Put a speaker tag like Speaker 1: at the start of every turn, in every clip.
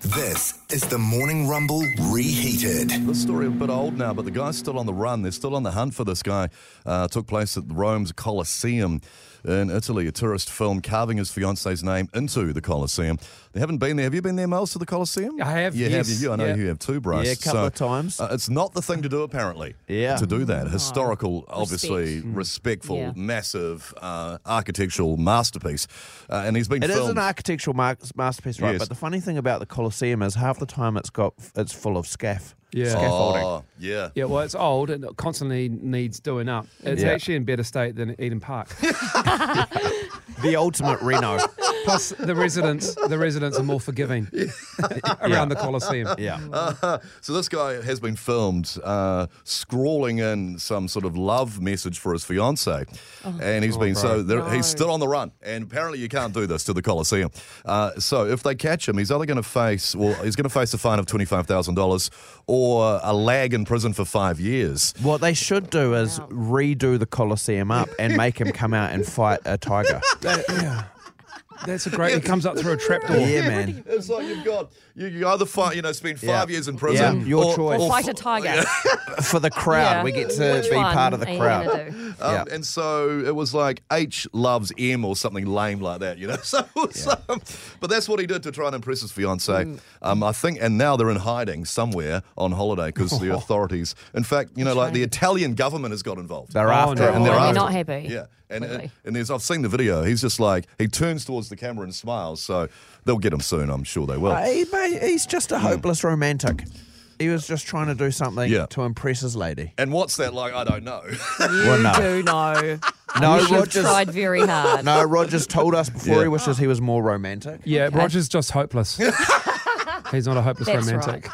Speaker 1: This is the Morning Rumble Reheated.
Speaker 2: This story a bit old now, but the guy's still on the run. They're still on the hunt for this guy. Uh, took place at Rome's Colosseum in Italy. A tourist film carving his fiance's name into the Colosseum. They haven't been there. Have you been there, Miles, to the Colosseum?
Speaker 3: I have,
Speaker 2: You have.
Speaker 3: yes.
Speaker 2: You, I know
Speaker 3: Yeah.
Speaker 2: you have too, Bryce.
Speaker 4: Yeah, a couple of times.
Speaker 2: uh, it's not the thing to do, apparently.
Speaker 4: Yeah.
Speaker 2: To do that, historical, obviously respectful,
Speaker 5: Yeah.
Speaker 2: massive uh, architectural masterpiece, uh, and he's been
Speaker 4: It is
Speaker 2: filmed.
Speaker 4: an architectural mar- masterpiece, right?
Speaker 2: Yes.
Speaker 4: But the funny thing about the Colosseum is half the time it's got it's full of scaff.
Speaker 3: Yeah.
Speaker 4: Scaffolding.
Speaker 2: Oh, yeah.
Speaker 3: Yeah, well, it's old and it constantly needs doing up. It's
Speaker 4: Yeah.
Speaker 3: actually in better state than Eden Park.
Speaker 4: The ultimate Reno.
Speaker 3: Plus, the residents, the residents are more forgiving around the Colosseum.
Speaker 4: Yeah.
Speaker 2: So this guy has been filmed uh, scrawling in some sort of love message for his fiancee, and he's been so there, he's still on the run. And apparently, you can't do this to the Colosseum. Uh, so if they catch him, he's either going to face well, he's going to face a fine of twenty five thousand dollars or a lag in prison for five years.
Speaker 4: What they should do is redo the Colosseum up and make him come out and fight a tiger.
Speaker 3: That- yeah. That's a great. It comes up through a trapdoor.
Speaker 4: yeah, man.
Speaker 2: It's like you've got you, you either fight, you know, spend five
Speaker 4: Yeah.
Speaker 2: years in prison,
Speaker 4: Yeah, your
Speaker 2: or,
Speaker 4: choice.
Speaker 2: or
Speaker 5: Fight a tiger.
Speaker 4: For the crowd, we get to
Speaker 5: Which
Speaker 4: be
Speaker 5: one
Speaker 4: part of the
Speaker 5: are you
Speaker 4: crowd.
Speaker 5: gonna do?
Speaker 2: Um,
Speaker 4: Yeah.
Speaker 2: And so it was like H loves M or something lame like that, you know. So, so- but that's what he did to try and impress his fiancee.
Speaker 5: Mm.
Speaker 2: Um, I think, and now they're in hiding somewhere on holiday because the authorities, in fact, you know, like the Italian government has got involved.
Speaker 4: They're
Speaker 3: Oh,
Speaker 4: after
Speaker 3: no.
Speaker 4: it.
Speaker 3: And
Speaker 5: they're
Speaker 2: after
Speaker 5: not
Speaker 2: it.
Speaker 5: happy.
Speaker 2: Yeah, and and,
Speaker 5: Really.
Speaker 2: and there's I've seen the video. He's just like he turns towards the camera and smiles. So they'll get him soon, I'm sure they will.
Speaker 4: Hey, mate, he's just a hopeless romantic. He was just trying to do something
Speaker 2: Hmm. Yeah.
Speaker 4: to impress his lady.
Speaker 2: And what's that like? I don't know.
Speaker 5: You
Speaker 4: Well, no.
Speaker 5: do know.
Speaker 4: No,
Speaker 5: you should have
Speaker 4: Rogers-
Speaker 5: tried very hard.
Speaker 4: No, Rogers told us before
Speaker 2: Yeah.
Speaker 4: he wishes he was more romantic.
Speaker 3: Yeah, Roger's just hopeless. He's not a hopeless
Speaker 5: That's
Speaker 3: romantic.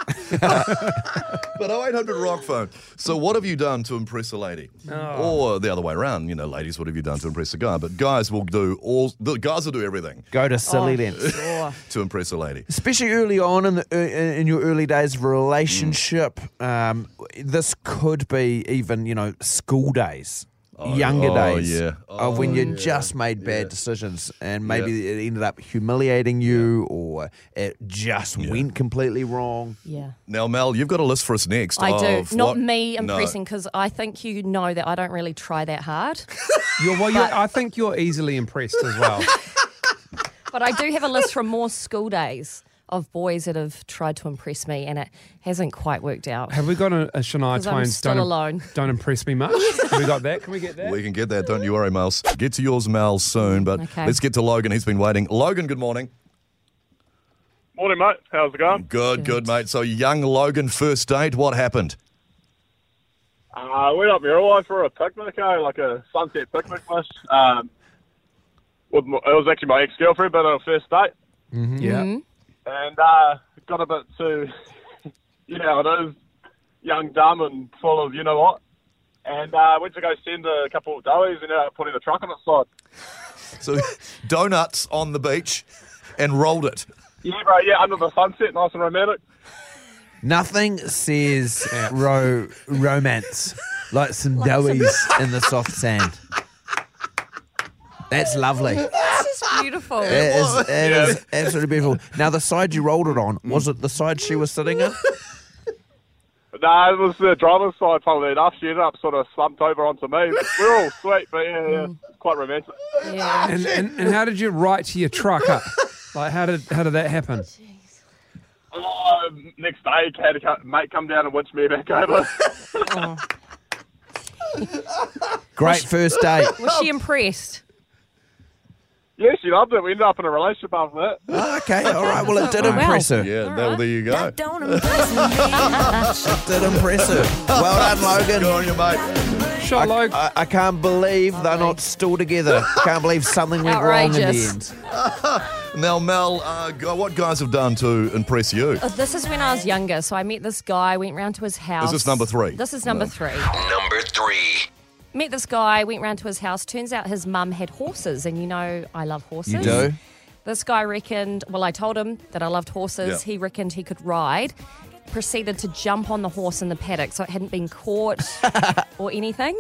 Speaker 2: But 0800 rock phone. So what have you done to impress a lady? Or the other way around, you know, ladies, what have you done to impress a guy? But guys will do all. The guys will do everything
Speaker 4: Go to
Speaker 5: Oh,
Speaker 4: silly lengths.
Speaker 5: sure.
Speaker 2: to impress a lady.
Speaker 4: especially early on in the uh, in your early days of relationship
Speaker 2: Mm.
Speaker 4: um, this could be even you know school days younger
Speaker 2: oh,
Speaker 4: days
Speaker 2: yeah.
Speaker 4: of when you just made bad decisions and maybe it ended up humiliating you or it just went completely wrong
Speaker 5: Yeah.
Speaker 2: Now, Mel, you've got a list for us next.
Speaker 5: I
Speaker 2: of
Speaker 5: do. Not
Speaker 2: Oh, what-
Speaker 5: me
Speaker 2: No.
Speaker 5: impressing because I think you know that I don't really try that hard.
Speaker 3: You're, well, you're, I think you're easily impressed as well.
Speaker 5: but I do have a list from more school days of boys that have tried to impress me and it hasn't quite worked out.
Speaker 3: Have we got a, a Shania
Speaker 5: 'Cause I'm
Speaker 3: Twain?
Speaker 5: still
Speaker 3: don't,
Speaker 5: alone.
Speaker 3: Don't impress me much. Have we got that? Can we get that?
Speaker 2: We can get that, don't you worry, Miles. Get to yours, Mel, soon. But
Speaker 5: Okay.
Speaker 2: let's get to Logan. He's been waiting. Logan, good morning.
Speaker 6: Morning, mate. How's it going?
Speaker 2: Good, good, mate. So, young Logan, first date, what happened?
Speaker 6: Uh, went up Mirawai for a picnic, eh? like a sunset picnic, miss. Um, with my, it was actually my ex-girlfriend, but on a first date,
Speaker 5: Mm-hmm.
Speaker 3: Yeah.
Speaker 6: and uh, got a bit too, you know, how it is young, dumb, and full of you know what. And uh, went to go send a couple of doughies and uh, putting the truck on its side.
Speaker 2: So, donuts on the beach and rolled it.
Speaker 6: Yeah, bro. Yeah, under the sunset, nice and romantic.
Speaker 4: nothing says ro- romance like some doughies in the soft sand that's lovely
Speaker 5: This is beautiful.
Speaker 4: It is, it is absolutely beautiful. Now, the side you rolled it on, was it the side she was sitting in?
Speaker 6: But nah, it was the driver's side. Funnily enough, she ended up sort of slumped over onto me. We're all sweet, but yeah, yeah, quite romantic.
Speaker 5: Yeah.
Speaker 3: And, and, and how did you write to your truck up? Like how did how did that happen?
Speaker 6: Um, next day, had a co- mate come down and watch me back over.
Speaker 4: Great first date.
Speaker 5: Was she impressed?
Speaker 6: yeah, she loved it. We ended up in a relationship after that.
Speaker 4: Okay, all right. Well, it did impress her.
Speaker 2: Yeah,
Speaker 5: All
Speaker 2: there,
Speaker 5: right.
Speaker 2: there you go.
Speaker 7: Don't impress me.
Speaker 4: It did impress her. Well done, Logan.
Speaker 2: Good on you, mate.
Speaker 3: Shot Logan.
Speaker 4: I, I can't believe they're not still together. Can't believe something went wrong in the
Speaker 5: Outrageous.
Speaker 4: end.
Speaker 2: Now, Mel, uh, gu- what guys have done to impress you?
Speaker 5: Uh, This is when I was younger, so I met this guy, went round to his house.
Speaker 2: Is this number three?
Speaker 5: This is number
Speaker 2: No.
Speaker 5: three.
Speaker 1: Number three.
Speaker 5: Met this guy, went round to his house. Turns out his mum had horses, and you know I love horses.
Speaker 4: You do?
Speaker 5: This guy reckoned, well, I told him that I loved horses.
Speaker 2: Yeah.
Speaker 5: He reckoned he could ride, proceeded to jump on the horse in the paddock, so it hadn't been caught or anything.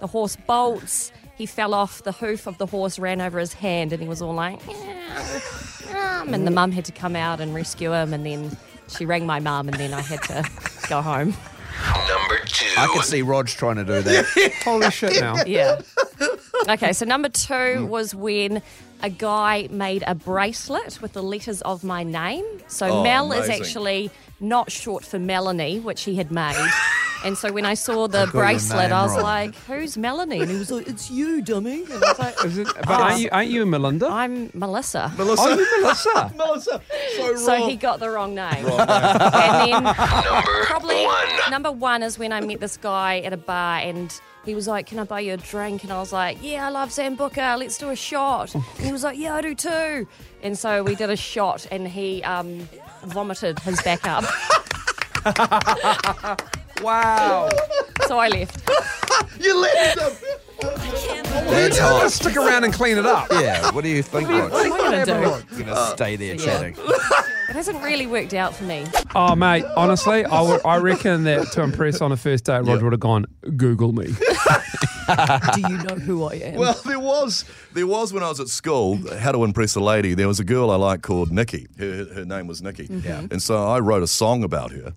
Speaker 5: The horse bolts. He fell off, the hoof of the horse ran over his hand, and he was all like, "Yeah, um," and the mum had to come out and rescue him, and then she rang my mum, and then I had to go home.
Speaker 1: Number two.
Speaker 4: I can see Rog trying to do that.
Speaker 3: Holy shit now.
Speaker 5: Yeah. Okay, so number two was when a guy made a bracelet with the letters of my name. So
Speaker 2: Oh,
Speaker 5: Mel is
Speaker 2: amazing.
Speaker 5: actually not short for Melanie, which he had made. And so when I saw
Speaker 4: got
Speaker 5: the
Speaker 4: your
Speaker 5: bracelet,
Speaker 4: name
Speaker 5: I was
Speaker 4: wrong.
Speaker 5: like, "Who's Melanie?" And he was like, "It's you, dummy." And I was like,
Speaker 3: Is it, but aren't you, aren't you Melinda?
Speaker 5: "I'm Melissa."
Speaker 2: Melissa.
Speaker 3: Are you Melissa?
Speaker 2: Melissa. So,
Speaker 5: So
Speaker 2: wrong.
Speaker 5: he got the wrong name. and then
Speaker 1: Number
Speaker 5: probably
Speaker 1: one.
Speaker 5: number one is when I met this guy at a bar and he was like, Can I buy you a drink? And I was like, Yeah, I love Zambuca. Let's do a shot. And he was like, Yeah, I do too. And so we did a shot and he um, vomited his back up.
Speaker 3: Wow.
Speaker 5: So I left.
Speaker 2: You left him.
Speaker 4: That's
Speaker 3: I'm gonna
Speaker 4: hot.
Speaker 3: stick around and clean it up.
Speaker 4: Yeah, what do you think,
Speaker 5: What am
Speaker 4: Rog?
Speaker 5: I going to do?
Speaker 4: You're going to stay there chatting.
Speaker 5: It hasn't really worked out for me.
Speaker 3: Oh, mate, honestly, I, would, I reckon that to impress on a first date, Roger
Speaker 2: Yeah.
Speaker 3: would have gone, Google me.
Speaker 5: Do you know who I am?
Speaker 2: Well, there was there was when I was at school. How to impress a lady? There was a girl I liked called Nikki. Her, her name was Nikki.
Speaker 5: Mm-hmm.
Speaker 2: Yeah. And so I wrote a song about her.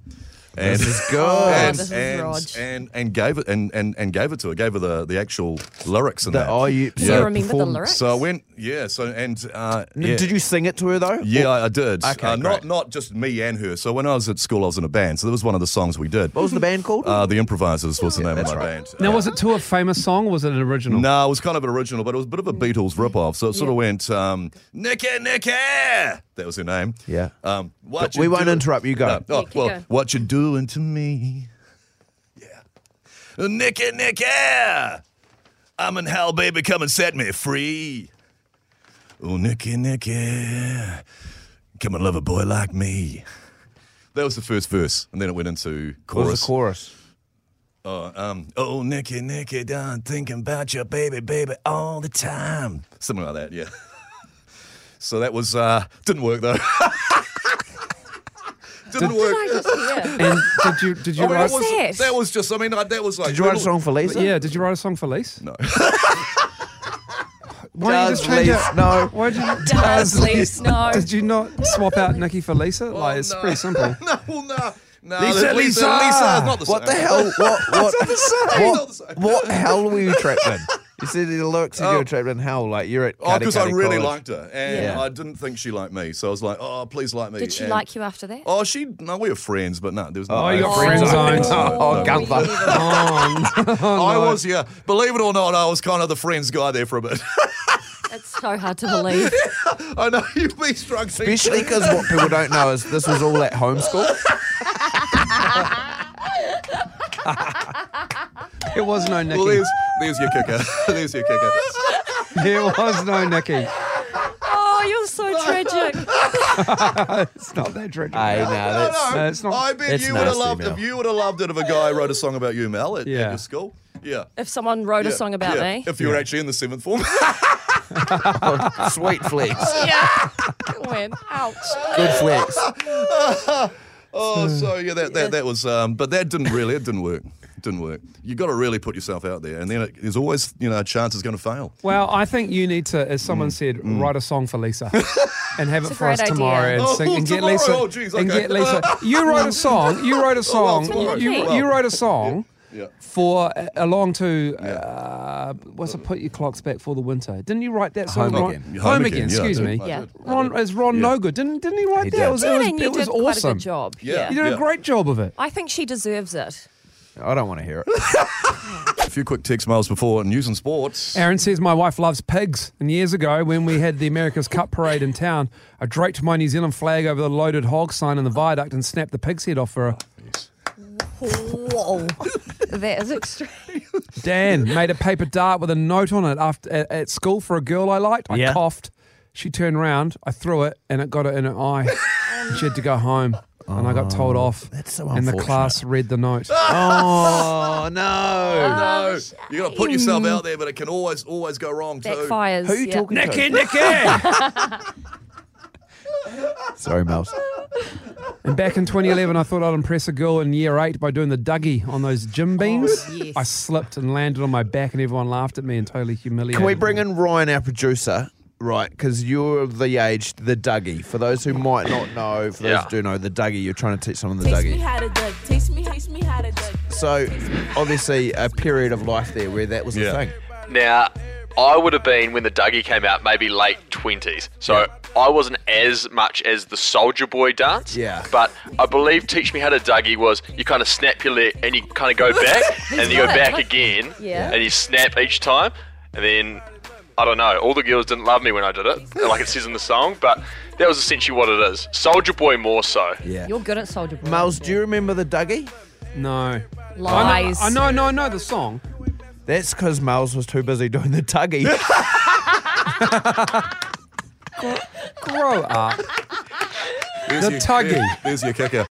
Speaker 2: And,
Speaker 4: This is good.
Speaker 2: and,
Speaker 5: Oh, this
Speaker 2: and,
Speaker 5: is Rog.
Speaker 2: and and gave it and, and, and gave it to her. Gave her the, the actual lyrics and
Speaker 4: The-
Speaker 2: that.
Speaker 4: oh, you-
Speaker 5: Do
Speaker 4: Yeah,
Speaker 5: you remember the
Speaker 4: perform-
Speaker 5: lyrics?
Speaker 2: So I went. Yeah. So and uh, yeah.
Speaker 4: N- Did you sing it to her, though?
Speaker 2: Yeah, I I did.
Speaker 4: Okay,
Speaker 2: uh,
Speaker 4: great.
Speaker 2: not not just me and her. So when I was at school, I was in a band. So that was one of the songs we did.
Speaker 4: What was the band called?
Speaker 2: Uh, the Improvisers was the name of
Speaker 4: that's
Speaker 2: my
Speaker 4: right.
Speaker 2: band.
Speaker 3: Now, was it to a famous song or was it an original?
Speaker 2: No, it was kind of an original, but it was a bit of a Beatles ripoff. So it sort of went, um, Nicky, Nicky! That was her name.
Speaker 4: Yeah.
Speaker 2: Um, what
Speaker 4: But we
Speaker 2: you
Speaker 4: won't
Speaker 2: do-
Speaker 4: interrupt, you go.
Speaker 2: No, oh,
Speaker 5: Yeah, keep
Speaker 2: well,
Speaker 5: going.
Speaker 2: what you doing to me? Yeah. Nicky, Nicky! I'm in hell, baby. Come and set me free. Oh, Nicky, Nicky. Come and love a boy like me. That was the first verse, and then it went into
Speaker 4: What
Speaker 2: chorus.
Speaker 4: was the chorus?
Speaker 2: Oh, um, oh, Nicky, Nicky, done thinking about your baby, baby, all the time. Something like that, yeah. so that was, uh, didn't work though. didn't work.
Speaker 5: I just hear.
Speaker 3: And did you, did you
Speaker 2: I mean,
Speaker 3: write,
Speaker 2: that, was,
Speaker 5: it?
Speaker 2: that was just, I mean, I, that was like.
Speaker 4: Did you write a
Speaker 2: little-
Speaker 4: song for Lisa?
Speaker 3: yeah, did you write a song for Lise?
Speaker 2: No.
Speaker 3: Why don't you
Speaker 4: Does
Speaker 3: just change
Speaker 4: Lise
Speaker 3: it?
Speaker 4: know?
Speaker 3: Why did you,
Speaker 5: Does Lise know?
Speaker 3: Did you not swap out Nikki for Lisa? like, it's
Speaker 2: no.
Speaker 3: pretty simple.
Speaker 2: no, well, no. No, Lisa,
Speaker 4: Lisa,
Speaker 2: Lisa, Lisa, is not the
Speaker 4: What the
Speaker 2: same.
Speaker 4: hell? What? What?
Speaker 2: Not the same.
Speaker 4: what, what hell were you trapped in? You said the lyrics and you were trapped in hell. Like you're at.
Speaker 2: Oh, because I
Speaker 4: Karate
Speaker 2: really liked
Speaker 4: College.
Speaker 2: her, and
Speaker 4: Yeah.
Speaker 2: I didn't think she liked me, so I was like, "Oh, please like me."
Speaker 5: Did she
Speaker 2: and-
Speaker 5: like you after that?
Speaker 2: Oh, she. No, we were friends, but no, there was no.
Speaker 3: Oh, you got friend zoned.
Speaker 4: friend zoned. Oh,
Speaker 5: we
Speaker 4: Gunther.
Speaker 5: never-
Speaker 2: I was, yeah. Believe it or not, I was kind of the friends guy there for a bit.
Speaker 5: It's so hard to believe.
Speaker 2: I know you've been struck.
Speaker 4: Especially because what people don't know is this was all at homeschool.
Speaker 3: There was no
Speaker 2: Well,
Speaker 3: Nikki.
Speaker 2: there's, there's your kicker. there's your kicker.
Speaker 3: There was no Nikki.
Speaker 5: Oh, you're so tragic.
Speaker 3: It's not that tragic.
Speaker 4: I know. That's,
Speaker 3: No, it's not-
Speaker 2: I bet
Speaker 4: it's
Speaker 2: you would have
Speaker 4: nasty,
Speaker 2: loved
Speaker 4: Mel.
Speaker 2: if you would have loved it if a guy wrote a song about you, Mel, at, at
Speaker 3: Yeah.
Speaker 2: your school. Yeah.
Speaker 5: If someone wrote a
Speaker 2: Yeah.
Speaker 5: song about
Speaker 2: Yeah.
Speaker 5: me.
Speaker 2: If you were actually in the seventh form.
Speaker 4: sweet flex.
Speaker 5: yeah. Win. Ouch.
Speaker 4: Good flex.
Speaker 2: oh, so yeah, that, that, that was, um, but that didn't really, it didn't work. It Didn't work. You got to really put yourself out there, and then it, there's always, you know, a chance it's going to fail.
Speaker 3: Well, I think you need to, as someone said, write a song for Lisa and have it
Speaker 5: a
Speaker 3: for us
Speaker 5: great idea.
Speaker 3: tomorrow and
Speaker 2: Oh,
Speaker 3: sing and get
Speaker 2: tomorrow.
Speaker 3: Lisa
Speaker 2: Oh, geez,
Speaker 3: and
Speaker 2: okay.
Speaker 3: get Lisa. You wrote a song. You wrote a song.
Speaker 2: tomorrow.
Speaker 3: you, you-
Speaker 5: Well.
Speaker 3: you wrote a song
Speaker 2: Yeah.
Speaker 3: for uh, along to uh, what's it? Put your clocks back for the winter. Didn't you write that song?
Speaker 4: Home
Speaker 3: Ron?
Speaker 4: Again.
Speaker 2: Home Again,
Speaker 3: Home, again.
Speaker 2: yeah, I
Speaker 3: excuse
Speaker 2: did.
Speaker 3: me.
Speaker 2: I
Speaker 5: Yeah.
Speaker 3: Ron is Ron Nogood. Didn't didn't he write
Speaker 4: He
Speaker 3: that?
Speaker 4: did.
Speaker 3: It was, it
Speaker 5: Yeah,
Speaker 3: was,
Speaker 5: and you
Speaker 3: it was
Speaker 5: did quite
Speaker 3: awesome.
Speaker 5: a good job.
Speaker 2: Yeah.
Speaker 5: Yeah.
Speaker 3: You did a great job of it.
Speaker 5: I think she deserves it.
Speaker 4: I don't want to hear it.
Speaker 2: A few quick text mails before news and sports.
Speaker 3: Aaron says, My wife loves pigs. And years ago, when we had the America's Cup parade in town, I draped my New Zealand flag over the loaded hog sign in the viaduct and snapped the pig's head off for her.
Speaker 5: Whoa. that is extreme.
Speaker 3: Dan made a paper dart with a note on it after at, at school for a girl I liked. I
Speaker 4: Yeah.
Speaker 3: coughed. She turned round. I threw it, and it got her in her eye. she had to go home, and I got told off.
Speaker 4: Oh, that's so
Speaker 3: And the
Speaker 4: unfortunate.
Speaker 3: class read the note.
Speaker 4: Oh no!
Speaker 2: No, you got to put yourself out there, but it can always, always go wrong too.
Speaker 5: Backfires.
Speaker 4: Who are you
Speaker 5: yeah.
Speaker 4: talking to?
Speaker 3: Nicky!
Speaker 4: Sorry, Mouse.
Speaker 3: And back in 2011, I thought I'd impress a girl in year eight by doing the Dougie on those gym beams.
Speaker 5: yes.
Speaker 3: I slipped and landed on my back, and everyone laughed at me and totally humiliated.
Speaker 4: Can we
Speaker 3: me.
Speaker 4: bring in Ryan, our producer? Right, because you're of the age, the Dougie. For those who might not know, for those
Speaker 6: Yeah.
Speaker 4: who do know, the Dougie, you're trying to teach someone the
Speaker 7: Teach me
Speaker 4: Dougie.
Speaker 7: how to duck. Teach me, teach me how to duck.
Speaker 4: So, obviously, a period of life there where that was
Speaker 2: Yeah.
Speaker 4: the thing.
Speaker 8: Now, I would have been when the Dougie came out, maybe late twenties. So I wasn't as much as the Soldier Boy dance.
Speaker 4: Yeah.
Speaker 8: But I believe Teach Me How to Dougie was you kind of snap your leg and you kind of go back and you go
Speaker 5: right.
Speaker 8: back again.
Speaker 5: Yeah.
Speaker 8: And you snap each time, and then I don't know. All the girls didn't love me when I did it, like it says in the song. But that was essentially what it is. Soldier Boy more so.
Speaker 4: Yeah.
Speaker 5: You're good at Soldier Boy.
Speaker 4: Miles, do you remember the Dougie?
Speaker 3: No.
Speaker 5: Lies.
Speaker 3: I know, I know, I know the song.
Speaker 4: That's because Miles was too busy doing the Dougie.
Speaker 3: Grow up.
Speaker 2: There's
Speaker 3: The
Speaker 2: your-
Speaker 3: tugging.
Speaker 2: There's your kicker.